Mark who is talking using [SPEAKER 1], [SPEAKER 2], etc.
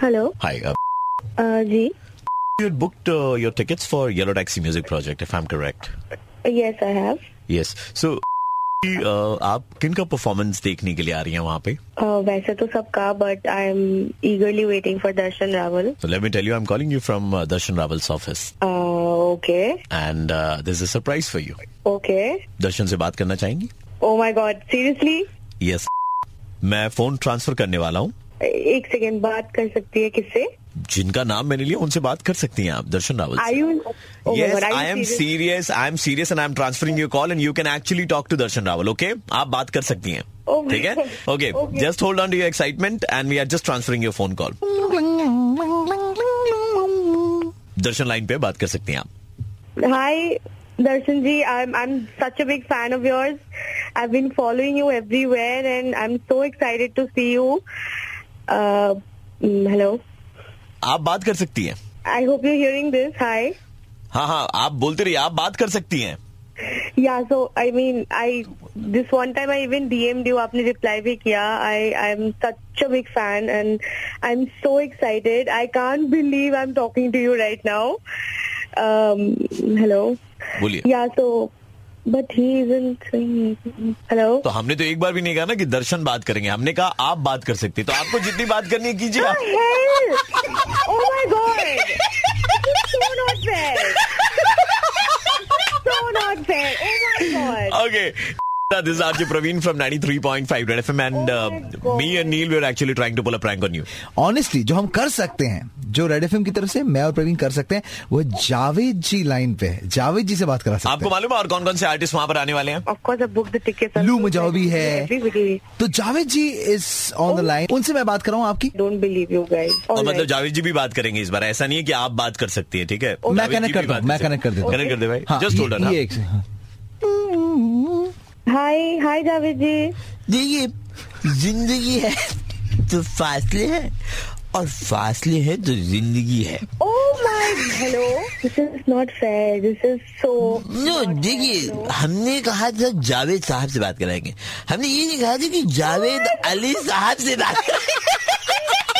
[SPEAKER 1] Hello.
[SPEAKER 2] Hi. Uh,
[SPEAKER 1] Uh, जी.
[SPEAKER 2] you had booked uh, your tickets for Yellow Taxi Music Project, if I'm correct.
[SPEAKER 1] Yes, I have.
[SPEAKER 2] Yes. So, uh, आप किन का performance देखने के लिए आ रही हैं वहाँ पे
[SPEAKER 1] Uh, वैसे तो सबका but I am eagerly waiting for Darshan Rawal
[SPEAKER 2] So let me tell you, I'm calling you from uh, Darshan Rawal's office,
[SPEAKER 1] okay
[SPEAKER 2] and uh, there's a surprise for you.
[SPEAKER 1] Okay
[SPEAKER 2] Darshan से बात करना चाहेंगी
[SPEAKER 1] oh my god seriously
[SPEAKER 2] yes मैं phone transfer करने वाला हूँ
[SPEAKER 1] एक second बात कर सकती है किससे
[SPEAKER 2] जिनका नाम मैंने लिया उनसे बात कर सकती हैं आप दर्शन रावल से।
[SPEAKER 1] I you Oh,
[SPEAKER 2] Yes, I am serious. I am serious, and I am transferring your call, and you can actually talk to Darshan Rawal. Okay, आप बात कर सकती हैं.
[SPEAKER 1] Oh my
[SPEAKER 2] ठीक है?
[SPEAKER 1] God.
[SPEAKER 2] Okay,
[SPEAKER 1] Okay.
[SPEAKER 2] just hold on to your excitement, and we are just transferring your phone call. Darshan line पे बात कर सकती हैं आप.
[SPEAKER 1] Hi, Darshan ji. I'm I'm such a big fan of yours. I've been following you everywhere, and I'm so excited to see you. Uh, mm, hello.
[SPEAKER 2] आप बात कर सकती हैं.
[SPEAKER 1] I hope you're hearing this. Hi.
[SPEAKER 2] हाँ हाँ आप बोलते रहिए आप बात कर सकती हैं.
[SPEAKER 1] Yeah. So I mean, I this one time I even DM'd you. आपने reply भी किया. I I'm such a big fan, and I'm so excited. I can't believe I'm talking to you right now. Um, hello.
[SPEAKER 2] बोलिए.
[SPEAKER 1] Yeah. So, but he isn't saying. anything. Hello.
[SPEAKER 2] तो हमने तो एक बार भी नहीं कहा ना कि दर्शन बात करेंगे हमने कहा आप बात कर सकती हैं. तो आपको जितनी बात करनी है कीजिए आप.
[SPEAKER 1] hell? Oh my god! This is so not fair. So not fair. Oh my god.
[SPEAKER 2] Okay. This is RJ Praveen from 93.5 Red FM and
[SPEAKER 1] Oh
[SPEAKER 2] uh,
[SPEAKER 1] my God.
[SPEAKER 2] me and Neil we are actually trying to pull a prank on you.
[SPEAKER 3] Honestly जो हम कर सकते हैं जो Red F की तरफ से मैं और प्रवीण कर सकते हैं वो जावेद जी लाइन पे है जावेद जी से बात करा सकते
[SPEAKER 2] आपको
[SPEAKER 3] हैं
[SPEAKER 2] मालूम है और कौन कौन से आर्टिस्ट वहाँ पर आने वाले
[SPEAKER 4] Oh,
[SPEAKER 2] हैं
[SPEAKER 1] Of course, I booked the tickets. I'm
[SPEAKER 3] लू
[SPEAKER 1] so
[SPEAKER 3] मुजाओ भी
[SPEAKER 1] excited
[SPEAKER 3] है
[SPEAKER 1] to see Everybody.
[SPEAKER 3] तो Javed ji is on the line उनसे मैं बात कर रहा हूँ आपकी
[SPEAKER 1] Don't believe you guys.
[SPEAKER 2] और
[SPEAKER 1] All
[SPEAKER 2] मतलब
[SPEAKER 1] right.
[SPEAKER 2] जावेद जी भी बात करेंगे इस बार ऐसा नहीं है कि आप बात कर सकती है ठीक है
[SPEAKER 3] मैं
[SPEAKER 2] जावेद
[SPEAKER 3] connect
[SPEAKER 2] जी
[SPEAKER 3] कर
[SPEAKER 2] भी
[SPEAKER 3] दूं,
[SPEAKER 2] बात
[SPEAKER 3] मैं
[SPEAKER 2] सकते
[SPEAKER 3] connect कर देता हूं।
[SPEAKER 2] Connect कर दे भाई
[SPEAKER 3] हाँ,
[SPEAKER 2] जस्ट
[SPEAKER 3] ये-
[SPEAKER 2] होल्ड ऑन
[SPEAKER 3] ये एक से- हाँ।
[SPEAKER 1] Hi, hi, Javed ji.
[SPEAKER 4] ये ये जिंदगी है तो फासले हैं और फासले हैं तो जिंदगी है
[SPEAKER 1] Oh my. Hello. This is not fair. This is so.
[SPEAKER 4] No देखिए हमने कहा था जावेद साहब से बात कराएंगे हमने ये नहीं कहा था कि जावेद अली साहब से बात कराएंगे।